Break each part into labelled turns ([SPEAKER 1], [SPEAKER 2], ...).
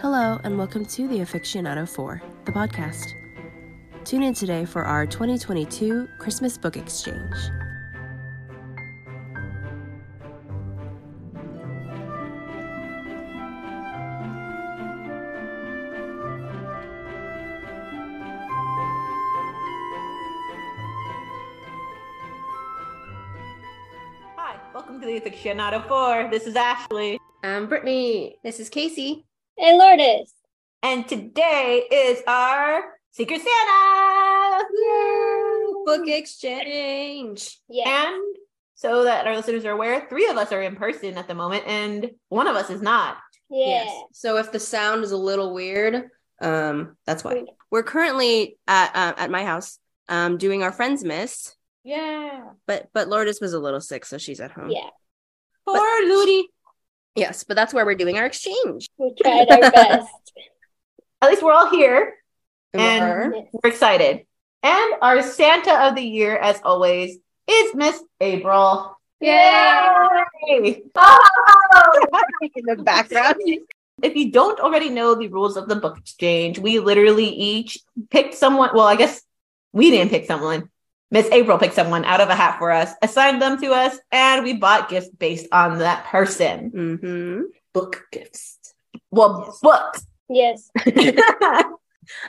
[SPEAKER 1] Hello, and welcome to The Aficionado 4, the podcast. Tune in today for our 2022 Christmas Book Exchange.
[SPEAKER 2] Hi, welcome to the Aficionado 4. This is Ashley.
[SPEAKER 3] I'm Brittany. This is Casey.
[SPEAKER 4] Hey, Lourdes.
[SPEAKER 2] And today is our Secret Santa!
[SPEAKER 3] Book exchange.
[SPEAKER 4] Yeah.
[SPEAKER 2] And so that our listeners are aware, three of us are in person at the moment and one of us is not.
[SPEAKER 4] yeah.
[SPEAKER 3] So if the sound is a little weird, um, that's why.
[SPEAKER 4] Weird.
[SPEAKER 3] We're currently at uh, at my house, um, doing our friends miss,
[SPEAKER 2] Yeah.
[SPEAKER 3] but but Lourdes was a little sick, so she's at home.
[SPEAKER 4] Yeah.
[SPEAKER 2] Poor Ludi.
[SPEAKER 3] Yes, but that's where we're doing our exchange.
[SPEAKER 4] We tried our best.
[SPEAKER 2] At least we're all here.
[SPEAKER 3] And
[SPEAKER 2] And-
[SPEAKER 3] we're-
[SPEAKER 2] We're excited. And our Santa of the year, as always, is Miss April. Yay! Oh!
[SPEAKER 3] in the background.
[SPEAKER 2] if you don't already know the rules of the book exchange, we literally each picked someone. Well, I guess we didn't pick someone. Miss April picked someone out of a hat for us, assigned them to us, and we bought gifts based on that person.
[SPEAKER 3] hmm
[SPEAKER 2] Book gifts. Well, books.
[SPEAKER 4] Yes.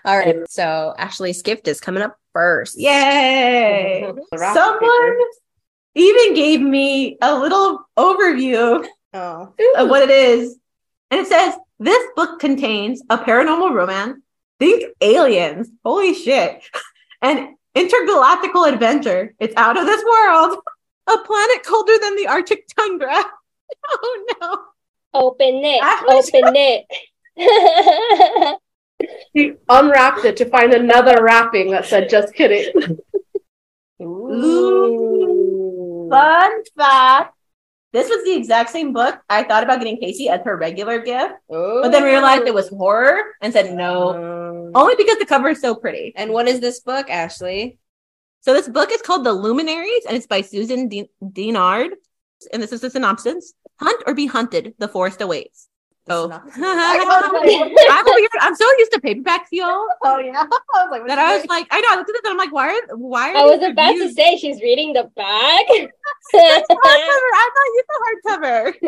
[SPEAKER 3] All right. So Ashley's gift is coming up first.
[SPEAKER 2] Yay! Someone even gave me a little overview
[SPEAKER 3] Oh.
[SPEAKER 2] of what it is. And it says, this book contains a paranormal romance, think aliens, holy shit, an intergalactical adventure. It's out of this world, a planet colder than the Arctic tundra. Oh no.
[SPEAKER 4] Open it.
[SPEAKER 2] I was-
[SPEAKER 4] Open it.
[SPEAKER 5] She unwrapped it to find another wrapping that said, just kidding.
[SPEAKER 3] Oh.
[SPEAKER 2] Ooh. Fun fact. This was the exact same book I thought about getting Casey as her regular gift, but then realized it was horror and said no,
[SPEAKER 3] Oh.
[SPEAKER 2] only because the cover is so pretty.
[SPEAKER 3] And what is this book, Ashley?
[SPEAKER 2] So this book is called The Luminaries, and it's by Susan D- Dinard. And this is the synopsis: Hunt or be hunted, the forest awaits. Oh, I'm weird. I'm so used to paperbacks, y'all.
[SPEAKER 5] oh, yeah. I was like,
[SPEAKER 2] That I was like, I know. I looked at this, and I'm like, why are why are
[SPEAKER 4] I was
[SPEAKER 2] these
[SPEAKER 4] about to
[SPEAKER 2] reviews-
[SPEAKER 4] say she's reading the back.
[SPEAKER 2] Hardcover. I'm not used to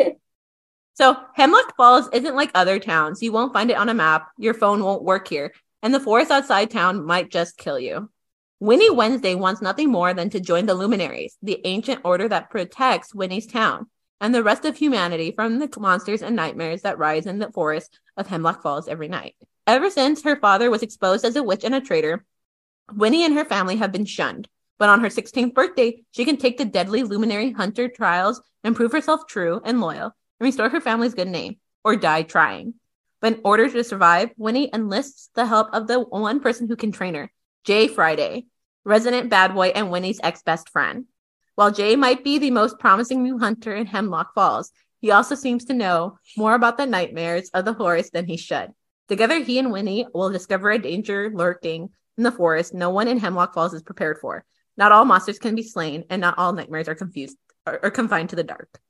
[SPEAKER 2] hardcover. so Hemlock Falls isn't like other towns. You won't find it on a map. Your phone won't work here, and the forest outside town might just kill you. Winnie Wednesday wants nothing more than to join the Luminaries, the ancient order that protects Winnie's town and the rest of humanity from the monsters and nightmares that rise in the forest of Hemlock Falls every night. Ever since her father was exposed as a witch and a traitor, Winnie and her family have been shunned. But on her 16th birthday, she can take the deadly luminary hunter trials and prove herself true and loyal and restore her family's good name or die trying. But in order to survive, Winnie enlists the help of the one person who can train her, Jay Friday, resident bad boy and Winnie's ex best friend. While Jay might be the most promising new hunter in Hemlock Falls, he also seems to know more about the nightmares of the forest than he should. Together, he and Winnie will discover a danger lurking in the forest no one in Hemlock Falls is prepared for. Not all monsters can be slain, and not all nightmares are confused or, or confined to the dark.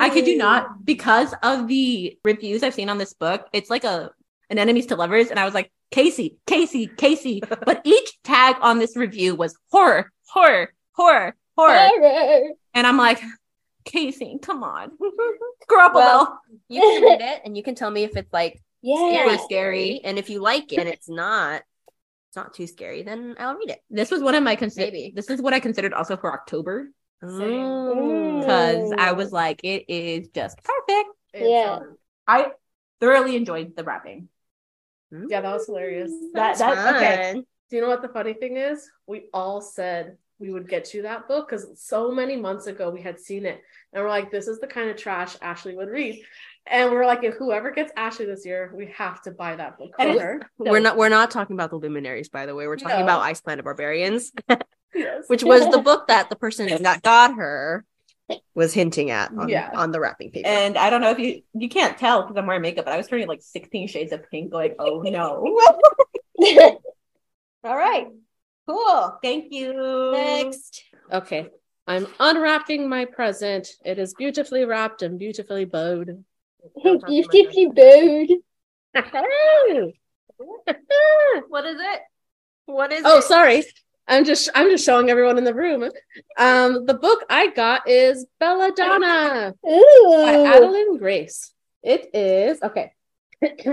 [SPEAKER 2] I kid you not, because of the reviews I've seen on this book, it's like a an enemies to lovers, and I was like, Casey, Casey, Casey. but each tag on this review was horror, horror, horror, horror,
[SPEAKER 4] Horror.
[SPEAKER 2] and I'm like, Casey, come on, grow up
[SPEAKER 3] Well,
[SPEAKER 2] a little.
[SPEAKER 3] You can read it and you can tell me if it's like
[SPEAKER 4] Yeah.
[SPEAKER 3] scary, scary. And if you like it and it's not, it's not too scary, then I'll read it.
[SPEAKER 2] This was one of my consider.
[SPEAKER 3] Maybe.
[SPEAKER 2] This is what I considered also for October
[SPEAKER 3] Mm.
[SPEAKER 2] because I
[SPEAKER 4] Ooh.
[SPEAKER 2] was like, it is just perfect.
[SPEAKER 4] Yeah.
[SPEAKER 5] um,
[SPEAKER 2] I thoroughly enjoyed the wrapping.
[SPEAKER 5] Yeah, that was hilarious.
[SPEAKER 2] That- that- okay.
[SPEAKER 3] Fun.
[SPEAKER 5] Do you know what the funny thing is? We all said we would get you that book because so many months ago we had seen it. And we're like, this is the kind of trash Ashley would read. And we're like, if whoever gets Ashley this year, we have to buy that book for
[SPEAKER 2] And it's-
[SPEAKER 5] her.
[SPEAKER 3] We're not we're not talking about the luminaries, by the way. We're talking
[SPEAKER 5] No.
[SPEAKER 3] about Ice Planet Barbarians,
[SPEAKER 5] Yes.
[SPEAKER 3] which was the book that the person that got her was hinting at on,
[SPEAKER 5] Yeah.
[SPEAKER 3] on the wrapping paper.
[SPEAKER 2] And I don't know if you you can't tell because I'm wearing makeup, but I was turning like 16 shades of pink. Like, oh no! All right, cool. Thank you.
[SPEAKER 3] Next.
[SPEAKER 5] Okay. I'm unwrapping my present. It is beautifully wrapped and beautifully bowed.
[SPEAKER 3] Don't talk
[SPEAKER 4] you
[SPEAKER 3] to my
[SPEAKER 4] tipsy bird.
[SPEAKER 3] husband. what is it? What is
[SPEAKER 5] Oh,
[SPEAKER 3] it?
[SPEAKER 5] sorry. I'm just I'm just showing everyone in the room. Um, the book I got is Belladonna. by
[SPEAKER 4] Ooh.
[SPEAKER 5] Adeline Grace. It is okay.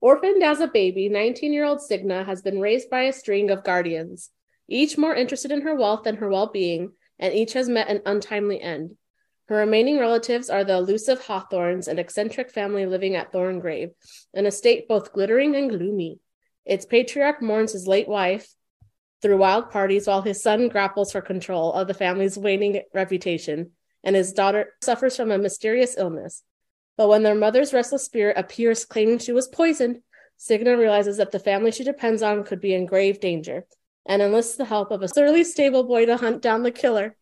[SPEAKER 5] Orphaned as a baby, 19 year old Signa has been raised by a string of guardians, each more interested in her wealth than her well being, and each has met an untimely end. Her remaining relatives are the elusive Hawthorns, an eccentric family living at Thorngrave, an estate both glittering and gloomy. Its patriarch mourns his late wife through wild parties while his son grapples for control of the family's waning reputation and his daughter suffers from a mysterious illness. But when their mother's restless spirit appears claiming she was poisoned, Signa realizes that the family she depends on could be in grave danger and enlists the help of a surly stable boy to hunt down the killer.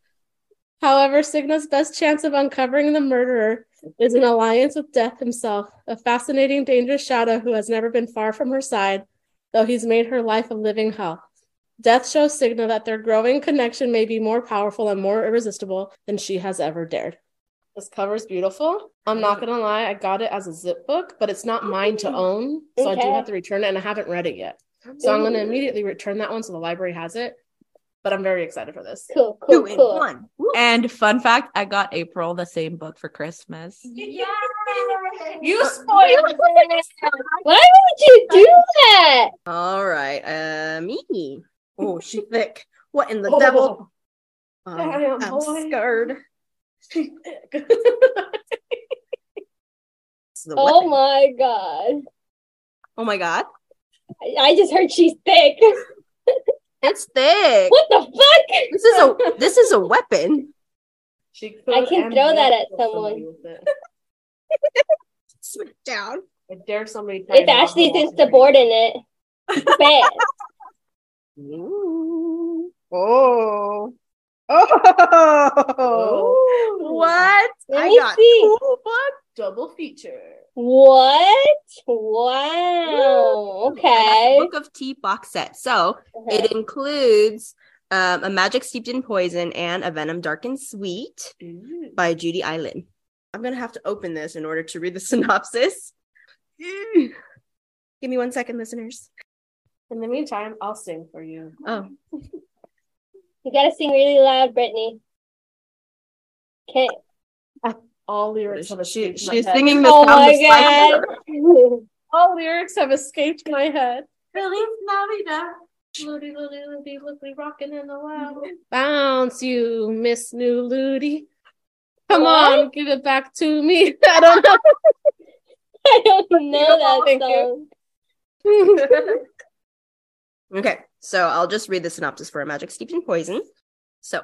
[SPEAKER 5] However, Signa's best chance of uncovering the murderer is an alliance with Death himself, a fascinating, dangerous shadow who has never been far from her side, though he's made her life a living hell. Death shows Signa that their growing connection may be more powerful and more irresistible than she has ever dared. This cover's beautiful. I'm not gonna lie, I got it as a zip book, but it's not mine to own, so I do
[SPEAKER 4] Okay.
[SPEAKER 5] have to return it, and I haven't read it yet. So I'm gonna immediately return that one so the library has it. But I'm very excited for this.
[SPEAKER 4] Cool,
[SPEAKER 3] Two
[SPEAKER 4] cool,
[SPEAKER 3] in
[SPEAKER 4] cool.
[SPEAKER 3] one. Woo.
[SPEAKER 2] And fun fact, I got April the same book for Christmas.
[SPEAKER 5] You spoiled
[SPEAKER 4] Why would you do that?
[SPEAKER 3] All right. Uh, me. Oh, she's thick. What in the
[SPEAKER 5] Oh.
[SPEAKER 3] devil? Um,
[SPEAKER 5] Damn,
[SPEAKER 3] I'm
[SPEAKER 5] boy.
[SPEAKER 3] scared. It's the
[SPEAKER 4] Oh
[SPEAKER 3] weapon.
[SPEAKER 4] my god.
[SPEAKER 3] oh my god.
[SPEAKER 4] I- I just heard she's thick.
[SPEAKER 3] It's thick.
[SPEAKER 4] What the fuck?
[SPEAKER 3] This is a this is a weapon.
[SPEAKER 5] She
[SPEAKER 4] I
[SPEAKER 5] could
[SPEAKER 4] can
[SPEAKER 5] and
[SPEAKER 4] throw
[SPEAKER 5] will
[SPEAKER 4] that at
[SPEAKER 5] kill somebody
[SPEAKER 4] someone.
[SPEAKER 5] with it.
[SPEAKER 3] Smack down.
[SPEAKER 5] I dare somebody. try
[SPEAKER 4] It's
[SPEAKER 5] to walk
[SPEAKER 4] Ashley's
[SPEAKER 5] along the way.
[SPEAKER 4] insubordinate. Bet.
[SPEAKER 3] Ooh. Oh. Oh.
[SPEAKER 5] Oh,
[SPEAKER 3] What?
[SPEAKER 4] Let
[SPEAKER 3] I
[SPEAKER 4] me
[SPEAKER 3] got
[SPEAKER 4] see.
[SPEAKER 3] cool book.
[SPEAKER 5] double feature?
[SPEAKER 4] What? Wow.
[SPEAKER 3] I
[SPEAKER 4] Okay. Uh-huh.
[SPEAKER 3] got the Book of Tea box set. So it includes um, a magic steeped in poison and a venom dark and sweet by Judy Island. I'm gonna have to open this in order to read the synopsis. Mm. Give me one second, listeners.
[SPEAKER 5] In the meantime, I'll sing for you.
[SPEAKER 3] Oh,
[SPEAKER 4] You gotta sing really loud, Brittany. Okay.
[SPEAKER 5] All lyrics have
[SPEAKER 3] she,
[SPEAKER 5] escaped my
[SPEAKER 3] she's
[SPEAKER 5] head.
[SPEAKER 3] singing the
[SPEAKER 4] Oh
[SPEAKER 3] sound
[SPEAKER 4] my
[SPEAKER 3] of silence.
[SPEAKER 4] god.
[SPEAKER 5] All lyrics have escaped my head.
[SPEAKER 2] Feliz Navidad.
[SPEAKER 5] Ludi, ludi, ludi, ludi, rocking in the wild. Bounce, you Miss New Ludi. Come
[SPEAKER 4] What?
[SPEAKER 5] on, give it back to me. I don't know.
[SPEAKER 4] I don't know that
[SPEAKER 5] Thank
[SPEAKER 4] song.
[SPEAKER 5] you.
[SPEAKER 3] Okay, so I'll just read the synopsis for A Magic Steeped in Poison. So,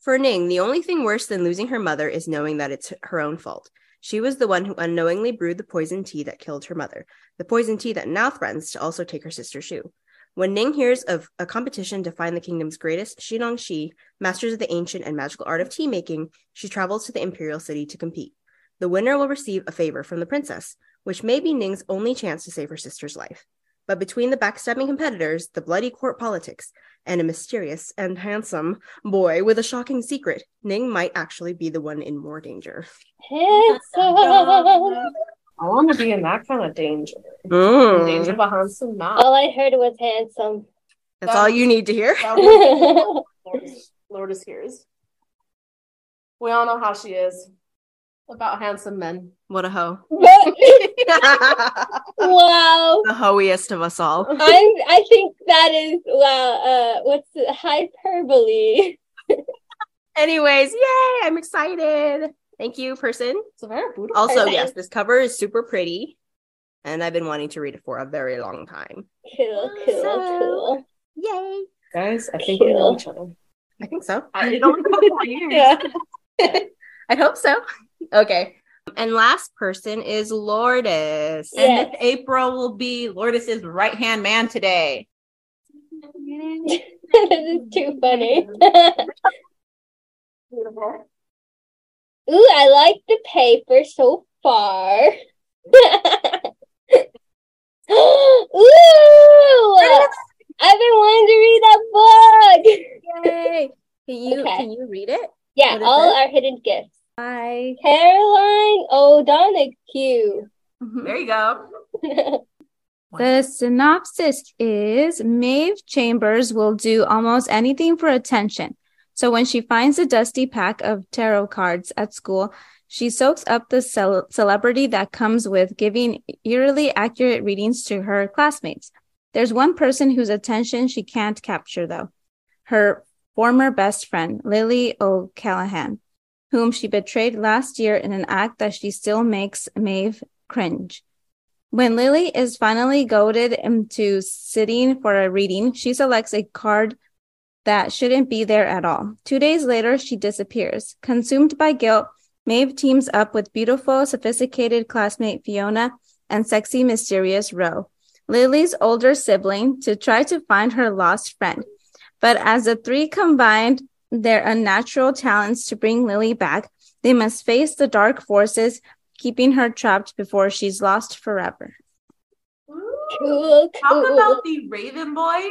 [SPEAKER 3] for Ning, the only thing worse than losing her mother is knowing that it's her own fault. She was the one who unknowingly brewed the poison tea that killed her mother, the poison tea that now threatens to also take her sister Shu. When Ning hears of a competition to find the kingdom's greatest Xilong Shi, masters of the ancient and magical art of tea making, she travels to the imperial city to compete. The winner will receive a favor from the princess, which may be Ning's only chance to save her sister's life but between the backstabbing competitors, the bloody court politics, and a mysterious and handsome boy with a shocking secret, Ning might actually be the one in more danger.
[SPEAKER 4] It's all-
[SPEAKER 5] I want to be in that kind of danger. Danger
[SPEAKER 3] Mm,
[SPEAKER 5] behind some knots.
[SPEAKER 4] All I heard was handsome.
[SPEAKER 3] That's all you need to hear.
[SPEAKER 5] Lord is- Lord is hears. We all know how she is about handsome men.
[SPEAKER 3] What a hoe.
[SPEAKER 4] But-
[SPEAKER 3] the
[SPEAKER 4] wow.
[SPEAKER 3] hoeiest of us all.
[SPEAKER 4] I'm, I think that is wow. Uh, what's it? hyperbole?
[SPEAKER 3] Anyways, yay! I'm excited. Thank you, person.
[SPEAKER 5] It's a very beautiful.
[SPEAKER 3] Also,
[SPEAKER 4] Okay.
[SPEAKER 3] yes, this cover is super pretty, and I've been wanting to read it for a very long time.
[SPEAKER 2] Oh,
[SPEAKER 4] Cool, cool,
[SPEAKER 3] Awesome.
[SPEAKER 4] cool.
[SPEAKER 3] Yay!
[SPEAKER 5] Guys, I
[SPEAKER 4] think we know
[SPEAKER 5] each other.
[SPEAKER 3] I think so.
[SPEAKER 5] I don't know for years.
[SPEAKER 4] Yeah.
[SPEAKER 3] I hope so. Okay. And last person is Lourdes.
[SPEAKER 4] Yeah.
[SPEAKER 2] And Miss April will be Lourdes's right hand man today.
[SPEAKER 4] this is too funny. Ooh, I like the paper so far. Ooh! I've been wanting to read that book.
[SPEAKER 3] Yay. Can you
[SPEAKER 4] Okay.
[SPEAKER 3] can you read it?
[SPEAKER 4] Yeah,
[SPEAKER 3] What is
[SPEAKER 4] all
[SPEAKER 3] it?
[SPEAKER 4] our hidden gifts. Bye. Caroline O'Donoghue.
[SPEAKER 2] Mm-hmm. There you go.
[SPEAKER 6] The synopsis is Maeve Chambers will do almost anything for attention. So when she finds a dusty pack of tarot cards at school, she soaks up the cel- celebrity that comes with giving eerily accurate readings to her classmates. There's one person whose attention she can't capture, though her former best friend, Lily O'Callahan, whom she betrayed last year in an act that she still makes Maeve cringe. When Lily is finally goaded into sitting for a reading, she selects a card that shouldn't be there at all. Two days later, she disappears. Consumed by guilt, Maeve teams up with beautiful, sophisticated classmate Fiona and sexy, mysterious Ro, Lily's older sibling, to try to find her lost friend. But as the three combined their unnatural talents to bring Lily back, they must face the dark forces keeping her trapped before she's lost forever.
[SPEAKER 4] Cool,
[SPEAKER 2] Talk
[SPEAKER 4] cool.
[SPEAKER 2] about the Raven Boys.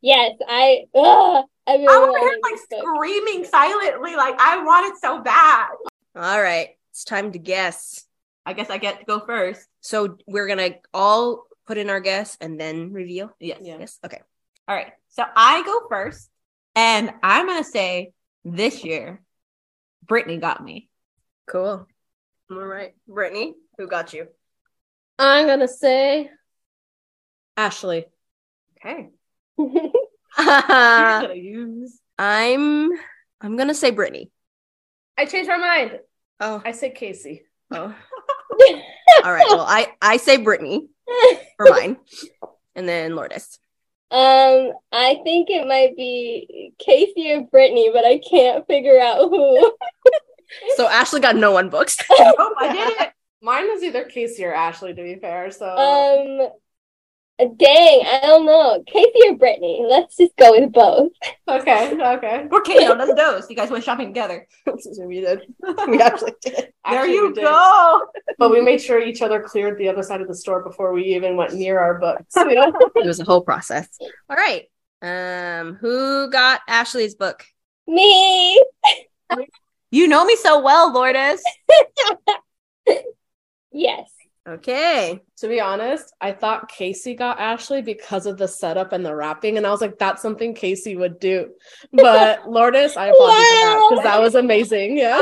[SPEAKER 4] Yes, I. Ugh, I really
[SPEAKER 2] I want
[SPEAKER 4] wanna
[SPEAKER 2] him
[SPEAKER 4] read
[SPEAKER 2] like
[SPEAKER 4] this book.
[SPEAKER 2] screaming silently, like I want it so bad.
[SPEAKER 3] All right, it's time to guess.
[SPEAKER 2] I guess I get to go first.
[SPEAKER 3] So we're gonna all put in our guess and then reveal.
[SPEAKER 2] Yes.
[SPEAKER 5] Yeah.
[SPEAKER 3] Yes. Okay.
[SPEAKER 2] All right. So I go first, and I'm gonna say this year, Brittany got me.
[SPEAKER 3] Cool. All right, Brittany, who got you?
[SPEAKER 5] I'm gonna say Ashley.
[SPEAKER 2] Okay.
[SPEAKER 3] I'm Uh,
[SPEAKER 2] gonna use.
[SPEAKER 3] I'm gonna say Brittany.
[SPEAKER 5] I changed my mind.
[SPEAKER 3] Oh.
[SPEAKER 5] I say Casey.
[SPEAKER 3] oh. all right. Well, I I say Brittany for mine, and then Lourdes.
[SPEAKER 4] um, I think it might be Casey or Brittany, but I can't figure out who.
[SPEAKER 3] So Ashley got no one books.
[SPEAKER 2] Nope, I did it.
[SPEAKER 5] Mine was either Casey or Ashley, to be fair. So
[SPEAKER 4] Um, dang, I don't know. Casey or Brittany? Let's just go with both.
[SPEAKER 5] okay, okay.
[SPEAKER 2] We're kidding. Let's do You guys went shopping together.
[SPEAKER 3] we did. We actually did.
[SPEAKER 2] There
[SPEAKER 5] Actually,
[SPEAKER 2] you
[SPEAKER 5] we did.
[SPEAKER 2] go.
[SPEAKER 5] But we made sure each other cleared the other side of the store before we even went near our books.
[SPEAKER 3] It was a whole process. All right. Um, who got Ashley's book?
[SPEAKER 4] Me.
[SPEAKER 2] You know me so well, Lourdes.
[SPEAKER 4] Yes.
[SPEAKER 3] Okay.
[SPEAKER 5] to be honest, I thought Casey got Ashley because of the setup and the wrapping, and I was like, that's something Casey would do. But Lourdes, I apologize for that because that was amazing. Yeah.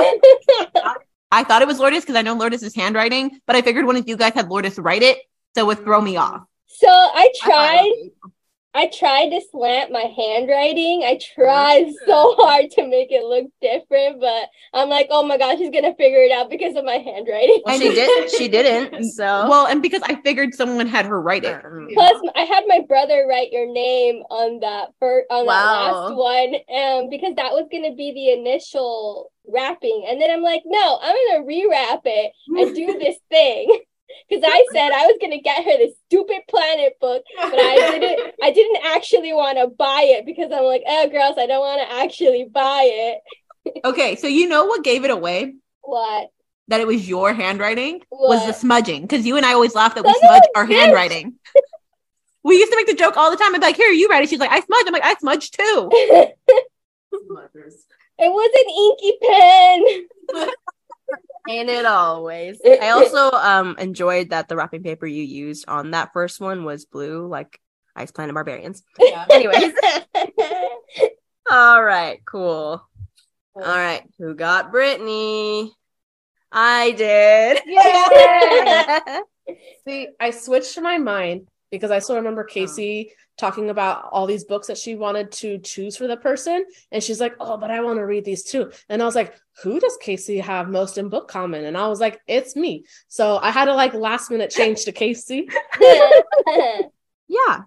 [SPEAKER 2] I thought it was Lourdes because I know Lourdes' handwriting, but I figured one of you guys had Lourdes write it, so it would throw me off.
[SPEAKER 4] So I
[SPEAKER 2] I thought it
[SPEAKER 4] tried.
[SPEAKER 2] was-
[SPEAKER 4] I tried to slant my handwriting. I tried so hard to make it look different, but I'm like, oh my gosh, she's gonna figure it out because of my handwriting.
[SPEAKER 3] Well, she did. She didn't. So.
[SPEAKER 2] Well, and because I figured someone had her write it.
[SPEAKER 3] Um,
[SPEAKER 4] Plus, I had my brother write your name on that first on that
[SPEAKER 3] Wow.
[SPEAKER 4] last one, um, because that was gonna be the initial wrapping, and then I'm like, no, I'm gonna rewrap it and do this thing, because I said I was gonna get her this stupid planet book, but I didn't. I didn't actually want to buy it because I'm like, oh, girls, I don't want to actually buy it.
[SPEAKER 2] Okay, so you know what gave it away?
[SPEAKER 4] What?
[SPEAKER 2] That it was your handwriting was
[SPEAKER 4] What?
[SPEAKER 2] the smudging because you and I always laugh that we
[SPEAKER 4] Son of
[SPEAKER 2] smudge
[SPEAKER 4] a
[SPEAKER 2] our
[SPEAKER 4] bitch!
[SPEAKER 2] handwriting. we used to make the joke all the time. I'd be like, "Here, you write it." She's like, "I smudge." I'm like, "I smudge too."
[SPEAKER 4] it was an inky pen.
[SPEAKER 3] Ain't it always? I also um enjoyed that the wrapping paper you used on that first one was blue, like Ice Planet Barbarians. Anyways, all right, cool. All right, who got Brittany? I did.
[SPEAKER 5] Yeah. See, I switched my mind because I still
[SPEAKER 3] Oh.
[SPEAKER 5] remember Casey talking about all these books that she wanted to choose for the person. And she's like, Oh, but I want to read these too. And I was like, Who does Casey have most in book common? And I was like, It's me. So I had to like last minute change to Casey.
[SPEAKER 3] yeah.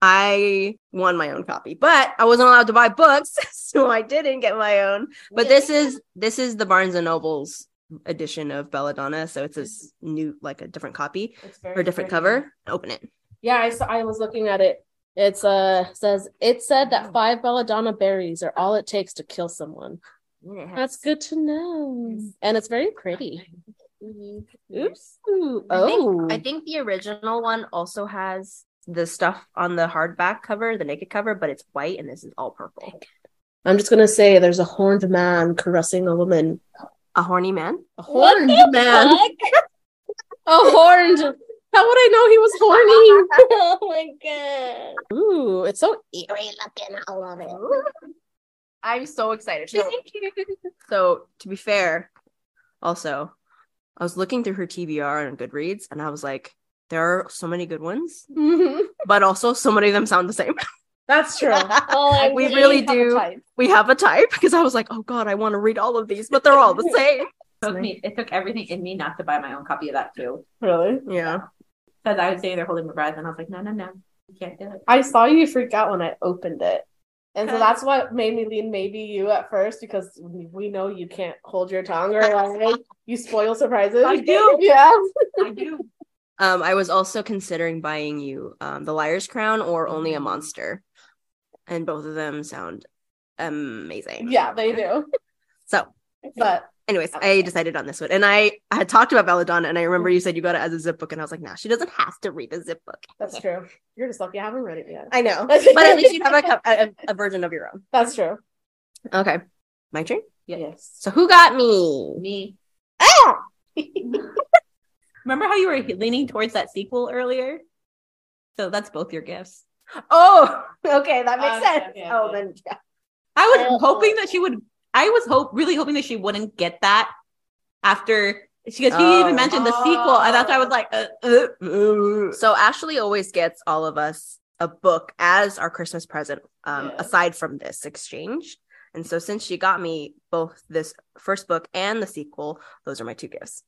[SPEAKER 3] I won my own copy, but I wasn't allowed to buy books, so I didn't get my own. But this is this is the Barnes and Noble's edition of Belladonna, so it's a s- new like a different copy
[SPEAKER 5] It's very
[SPEAKER 3] or different cover. Open it.
[SPEAKER 5] Yeah, I saw, I was looking at it. It's uh says it said that five belladonna berries are all it takes to kill someone. That's good to know. And it's very pretty. Oops. Oh.
[SPEAKER 3] I think the original one also has the stuff on the hardback cover, the naked cover, but it's white and this is all purple.
[SPEAKER 5] I'm just gonna say there's a horned man caressing a woman.
[SPEAKER 3] A horny man?
[SPEAKER 5] A
[SPEAKER 4] What
[SPEAKER 5] horned
[SPEAKER 4] the
[SPEAKER 5] man.
[SPEAKER 4] fuck?
[SPEAKER 5] A horned. How would I know he was horny?
[SPEAKER 4] oh my god.
[SPEAKER 5] Ooh, it's so eerie.
[SPEAKER 3] I'm so excited. So, so, to be fair, also, I was looking through her TBR on Goodreads and I was like, there are so many good ones, but also so many of them sound the same.
[SPEAKER 5] That's true.
[SPEAKER 4] Oh, I'm
[SPEAKER 3] We
[SPEAKER 4] really-
[SPEAKER 3] really do. We have a type because I was like, oh God, I want to read all of these, but they're all the same.
[SPEAKER 2] took me, it took everything in me not to buy my own copy of that too.
[SPEAKER 5] Really?
[SPEAKER 3] Yeah.
[SPEAKER 2] Because I was sitting there holding my breath and I was like, no, no, no. You can't do it.
[SPEAKER 5] I saw you freak out when I opened it. And so
[SPEAKER 3] Okay.
[SPEAKER 5] that's what made me lean maybe you at first because we know you can't hold your tongue or like you spoil surprises.
[SPEAKER 2] I do.
[SPEAKER 5] Yeah.
[SPEAKER 2] I do.
[SPEAKER 3] Um, I was also considering buying you um, The Liar's Crown or Only a Monster. And both of them sound amazing.
[SPEAKER 5] Yeah, they do.
[SPEAKER 3] So,
[SPEAKER 5] But
[SPEAKER 3] anyways, I decided on this one. And I, I had talked about Belladonna, and I remember
[SPEAKER 5] Mm-hmm.
[SPEAKER 3] you said you got it as a zip book. And I was like, nah, she doesn't have to read a zip book.
[SPEAKER 5] that's true. You're just lucky I haven't read it yet.
[SPEAKER 3] I know. But at least you have a, co- a, a version of your own.
[SPEAKER 5] That's true.
[SPEAKER 3] Okay. My turn.
[SPEAKER 5] Yes.
[SPEAKER 3] So, who got me?
[SPEAKER 2] Me. Remember how you were leaning towards that sequel earlier? So that's both your gifts.
[SPEAKER 3] Oh, okay. That makes
[SPEAKER 5] Okay,
[SPEAKER 3] sense.
[SPEAKER 5] okay,
[SPEAKER 3] oh,
[SPEAKER 5] okay.
[SPEAKER 3] then. yeah.
[SPEAKER 2] I was
[SPEAKER 4] Oh.
[SPEAKER 2] hoping that she would. I was hope really hoping that she wouldn't get that after because he
[SPEAKER 3] Oh.
[SPEAKER 2] even mentioned the sequel, and that's why I was like, uh, uh, uh.
[SPEAKER 3] So, Ashley always gets all of us a book as our Christmas present, um,
[SPEAKER 5] Yeah.
[SPEAKER 3] aside from this exchange. And so, since she got me both this first book and the sequel, those are my two gifts.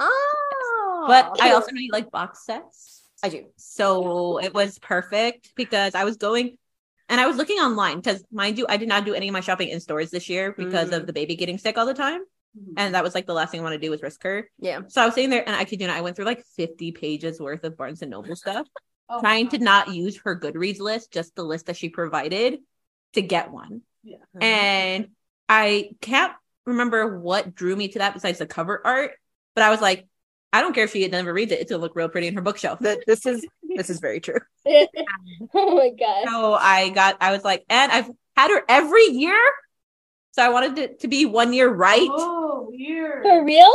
[SPEAKER 3] Oh,
[SPEAKER 2] but I also really like box sets,
[SPEAKER 3] I do.
[SPEAKER 2] so it was perfect because I was going and I was looking online because, mind you, I did not do any of my shopping in stores this year because of the baby getting sick all the time, and that was like the last thing I want to do was risk her.
[SPEAKER 3] Yeah.
[SPEAKER 2] So I was sitting there, and I could do. I went through like fifty pages worth of Barnes and Noble stuff.
[SPEAKER 5] Oh,
[SPEAKER 2] trying to not use her Goodreads list, just the list that she provided to get one.
[SPEAKER 5] Yeah.
[SPEAKER 2] And I can't remember what drew me to that besides the cover art, but I was like, I don't care if she never reads it, it's gonna look real pretty in her bookshelf.
[SPEAKER 3] That this is this is very true.
[SPEAKER 4] oh my god.
[SPEAKER 2] So I got, I was like, and I've had her every year. So I wanted it to be one year right.
[SPEAKER 5] Oh, weird.
[SPEAKER 4] For real?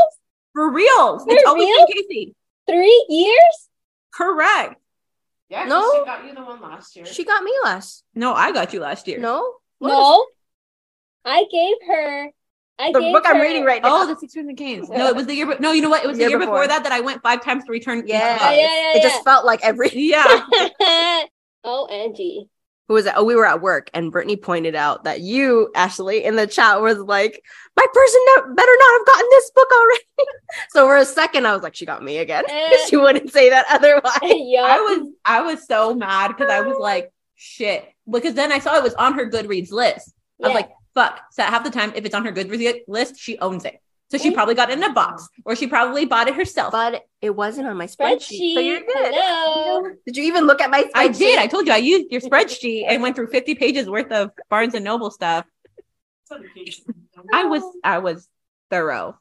[SPEAKER 2] For real.
[SPEAKER 4] For
[SPEAKER 2] It's always
[SPEAKER 4] real?
[SPEAKER 2] been Casey.
[SPEAKER 4] Three years?
[SPEAKER 2] Correct.
[SPEAKER 5] Yeah, 'cause
[SPEAKER 3] No.
[SPEAKER 5] she got you the one last year.
[SPEAKER 3] She got me last.
[SPEAKER 2] No, I got you last year.
[SPEAKER 3] No, What is-
[SPEAKER 4] No. I gave her. I
[SPEAKER 3] the
[SPEAKER 4] gave
[SPEAKER 3] book I'm
[SPEAKER 4] her-
[SPEAKER 3] reading right now.
[SPEAKER 2] Oh, the six hundred games. No, it was the year. be- No, you know what? It was the
[SPEAKER 3] Year
[SPEAKER 2] year, before.
[SPEAKER 3] before.
[SPEAKER 2] that that I went five times to return. each
[SPEAKER 3] Yeah.
[SPEAKER 2] box.
[SPEAKER 4] Oh, yeah, Oh, yeah,
[SPEAKER 3] it
[SPEAKER 4] yeah.
[SPEAKER 3] just felt like every
[SPEAKER 2] Yeah.
[SPEAKER 4] OMG.
[SPEAKER 3] who was it? Oh, we were at work, and Brittany pointed out that you, Ashley, in the chat was like, "My person no- better not have gotten this book already." so for a second, I was like, "She got me again." 'Cause she wouldn't say that otherwise.
[SPEAKER 4] Yo.
[SPEAKER 2] I was I was so mad because I was like, shit. Because then I saw it was on her Goodreads list. I was like, fuck. So half the time, if it's on her Goodreads list, she owns it. So she
[SPEAKER 4] Mhm.
[SPEAKER 2] probably got it in a box, or she probably bought it herself.
[SPEAKER 3] But it wasn't on my spreadsheet.
[SPEAKER 4] spreadsheet.
[SPEAKER 3] So you're good.
[SPEAKER 4] Hello.
[SPEAKER 3] Did you even look at my? Spreadsheet?
[SPEAKER 2] I did. I told you I used your spreadsheet and went through 50 pages worth of Barnes and Noble stuff. I was I was thorough.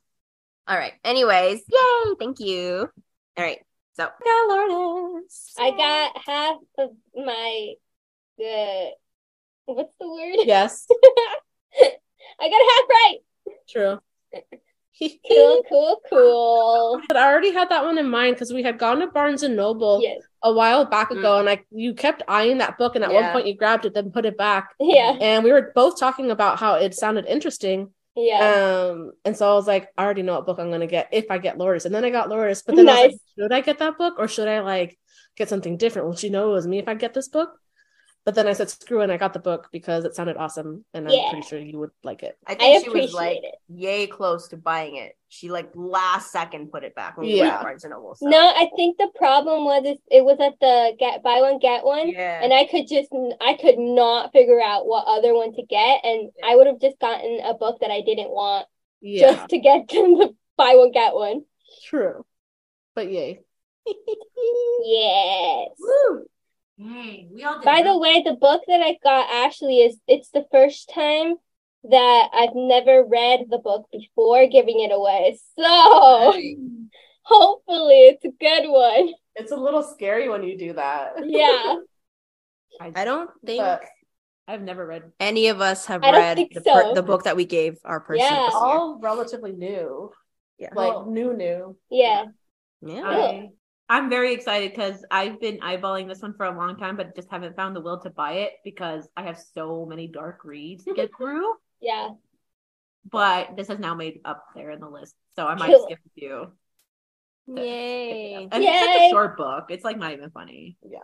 [SPEAKER 3] All right. Anyways, yay! Thank you. All right. So, Dolores.
[SPEAKER 4] I got half of my uh, what's the word?
[SPEAKER 5] yes,
[SPEAKER 4] I got half right.
[SPEAKER 5] true.
[SPEAKER 4] Cool, cool, cool.
[SPEAKER 5] But I already had that one in mind because we had gone to Barnes and Noble
[SPEAKER 4] Yes.
[SPEAKER 5] a while back ago, and I you kept eyeing that book, and at
[SPEAKER 3] Yeah.
[SPEAKER 5] one point you grabbed it, then put it back,
[SPEAKER 4] Yeah.
[SPEAKER 5] and we were both talking about how it sounded interesting.
[SPEAKER 4] Yeah.
[SPEAKER 5] Um, and so I was like, I already know what book I'm gonna get if I get Lourdes, and then I got Lourdes, but then I was like,
[SPEAKER 4] Nice.
[SPEAKER 5] should I get that book or should I like get something different? Will she know it was me if I get this book? But then I said, screw it, and I got the book because it sounded awesome, and I'm
[SPEAKER 4] Yeah.
[SPEAKER 5] pretty sure you would like it.
[SPEAKER 3] I
[SPEAKER 4] I
[SPEAKER 3] think she was
[SPEAKER 4] appreciate
[SPEAKER 3] like
[SPEAKER 4] it.
[SPEAKER 3] yay close to buying it. She like last second put it back when we were
[SPEAKER 5] Yeah.
[SPEAKER 3] at Barnes and Noble. so-
[SPEAKER 4] No, I think the problem was it, it was at the get buy one get one,
[SPEAKER 3] Yeah.
[SPEAKER 4] and I could just I could not figure out what other one to get, and I would have just gotten a book that I didn't want
[SPEAKER 5] Yeah,
[SPEAKER 4] just to get the buy one get one.
[SPEAKER 5] true. But yay.
[SPEAKER 4] Yes.
[SPEAKER 2] Dang, we all did
[SPEAKER 4] By the way, the book that I got Ashley is it's the first time that I've never read the book before giving it away. So hopefully it's a good one.
[SPEAKER 5] It's a little scary when you do that.
[SPEAKER 4] Yeah.
[SPEAKER 3] I don't think
[SPEAKER 5] But I've never read.
[SPEAKER 3] Any of us have
[SPEAKER 4] I don't
[SPEAKER 3] read
[SPEAKER 4] think
[SPEAKER 3] the, per-
[SPEAKER 4] so.
[SPEAKER 3] the book that we gave our person.
[SPEAKER 4] Yeah.
[SPEAKER 3] this year.
[SPEAKER 5] All relatively new.
[SPEAKER 3] Yeah.
[SPEAKER 5] Like new, new.
[SPEAKER 4] Yeah.
[SPEAKER 3] Yeah.
[SPEAKER 5] I,
[SPEAKER 2] I'm very excited because I've been eyeballing this one for a long time, but just haven't found the will to buy it because I have so many dark reads to get through.
[SPEAKER 4] Yeah.
[SPEAKER 2] But this has now made up there in the list, so I might just skip a few.
[SPEAKER 3] Yay.
[SPEAKER 2] And it's like
[SPEAKER 4] Yay.
[SPEAKER 2] a short book. It's like not even funny.
[SPEAKER 5] yeah.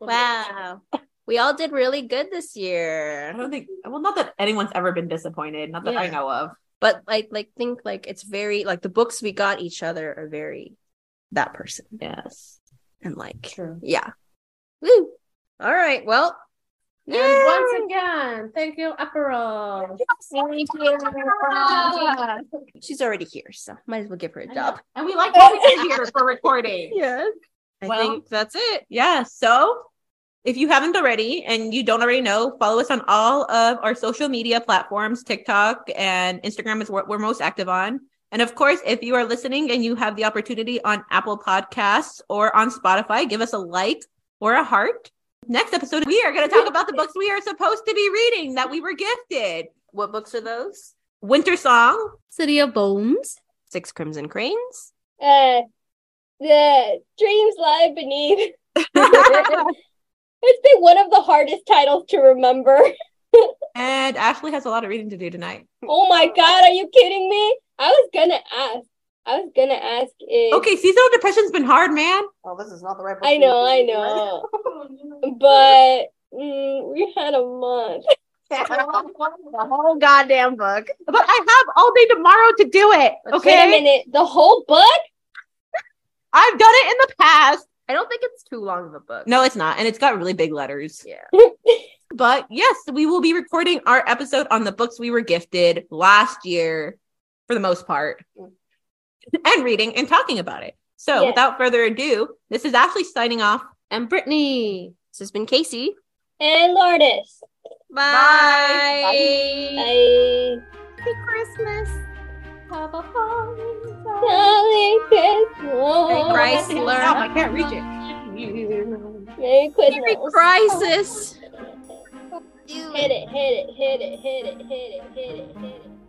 [SPEAKER 3] Wow. We all did really good this
[SPEAKER 2] I
[SPEAKER 3] year.
[SPEAKER 2] don't think. Well, not that anyone's ever been disappointed. Not that I
[SPEAKER 3] Yeah.
[SPEAKER 2] know of.
[SPEAKER 3] But like like think like it's very like the books we got each other are very that person
[SPEAKER 2] Yes.
[SPEAKER 3] and like
[SPEAKER 5] True.
[SPEAKER 3] yeah. Woo. All right. Well,
[SPEAKER 5] And once again, thank you, April.
[SPEAKER 4] Uh,
[SPEAKER 3] she's already here, so might as well give her a
[SPEAKER 2] I
[SPEAKER 3] dub.
[SPEAKER 2] And we like having you here for recording.
[SPEAKER 3] Yeah. I
[SPEAKER 2] Well-
[SPEAKER 3] think that's it.
[SPEAKER 2] Yeah. So if you haven't already and you don't already know, follow us on all of our social media platforms TikTok and Instagram is what we're most active on. And of course, if you are listening and you have the opportunity on Apple Podcasts or on Spotify, give us a like or a heart. Next episode, we are going to talk about the books we are supposed to be reading that we were gifted
[SPEAKER 3] What books are those?
[SPEAKER 2] Winter Song,
[SPEAKER 6] City of Bones.
[SPEAKER 3] Six Crimson Cranes.
[SPEAKER 4] Uh, the dreams lie beneath. It's been one of the hardest titles to remember.
[SPEAKER 2] and Ashley has a lot of reading to do tonight.
[SPEAKER 4] Oh my god, are you kidding me? I was gonna ask. I was gonna ask if
[SPEAKER 2] Okay, seasonal depression's been hard, man.
[SPEAKER 5] Oh, this is not the right.
[SPEAKER 4] I know, I know. But mm, we had a month.
[SPEAKER 3] The whole goddamn book.
[SPEAKER 2] But I have all day tomorrow to do it.
[SPEAKER 4] Wait a minute, the whole book?
[SPEAKER 2] I've done it in the past.
[SPEAKER 3] I don't think it's too long of a book.
[SPEAKER 2] No, it's not. And it's got really big letters.
[SPEAKER 3] Yeah.
[SPEAKER 2] But yes, we will be recording our episode on the books we were gifted last year for the most part and reading and talking about it. So
[SPEAKER 4] Yeah.
[SPEAKER 2] without further ado, this is Ashley signing off.
[SPEAKER 3] And Brittany. This has been Casey.
[SPEAKER 4] And Lourdes.
[SPEAKER 3] Bye.
[SPEAKER 4] I
[SPEAKER 3] Happy Christmas. Have a fun time.
[SPEAKER 4] Merry Christmas.
[SPEAKER 3] Chrysler.
[SPEAKER 2] Oh, I can't reach it.
[SPEAKER 4] Merry
[SPEAKER 3] Merry
[SPEAKER 4] Christmas.
[SPEAKER 3] crisis.
[SPEAKER 4] Hit it, hit it, hit it, hit it, hit it, hit it, hit it.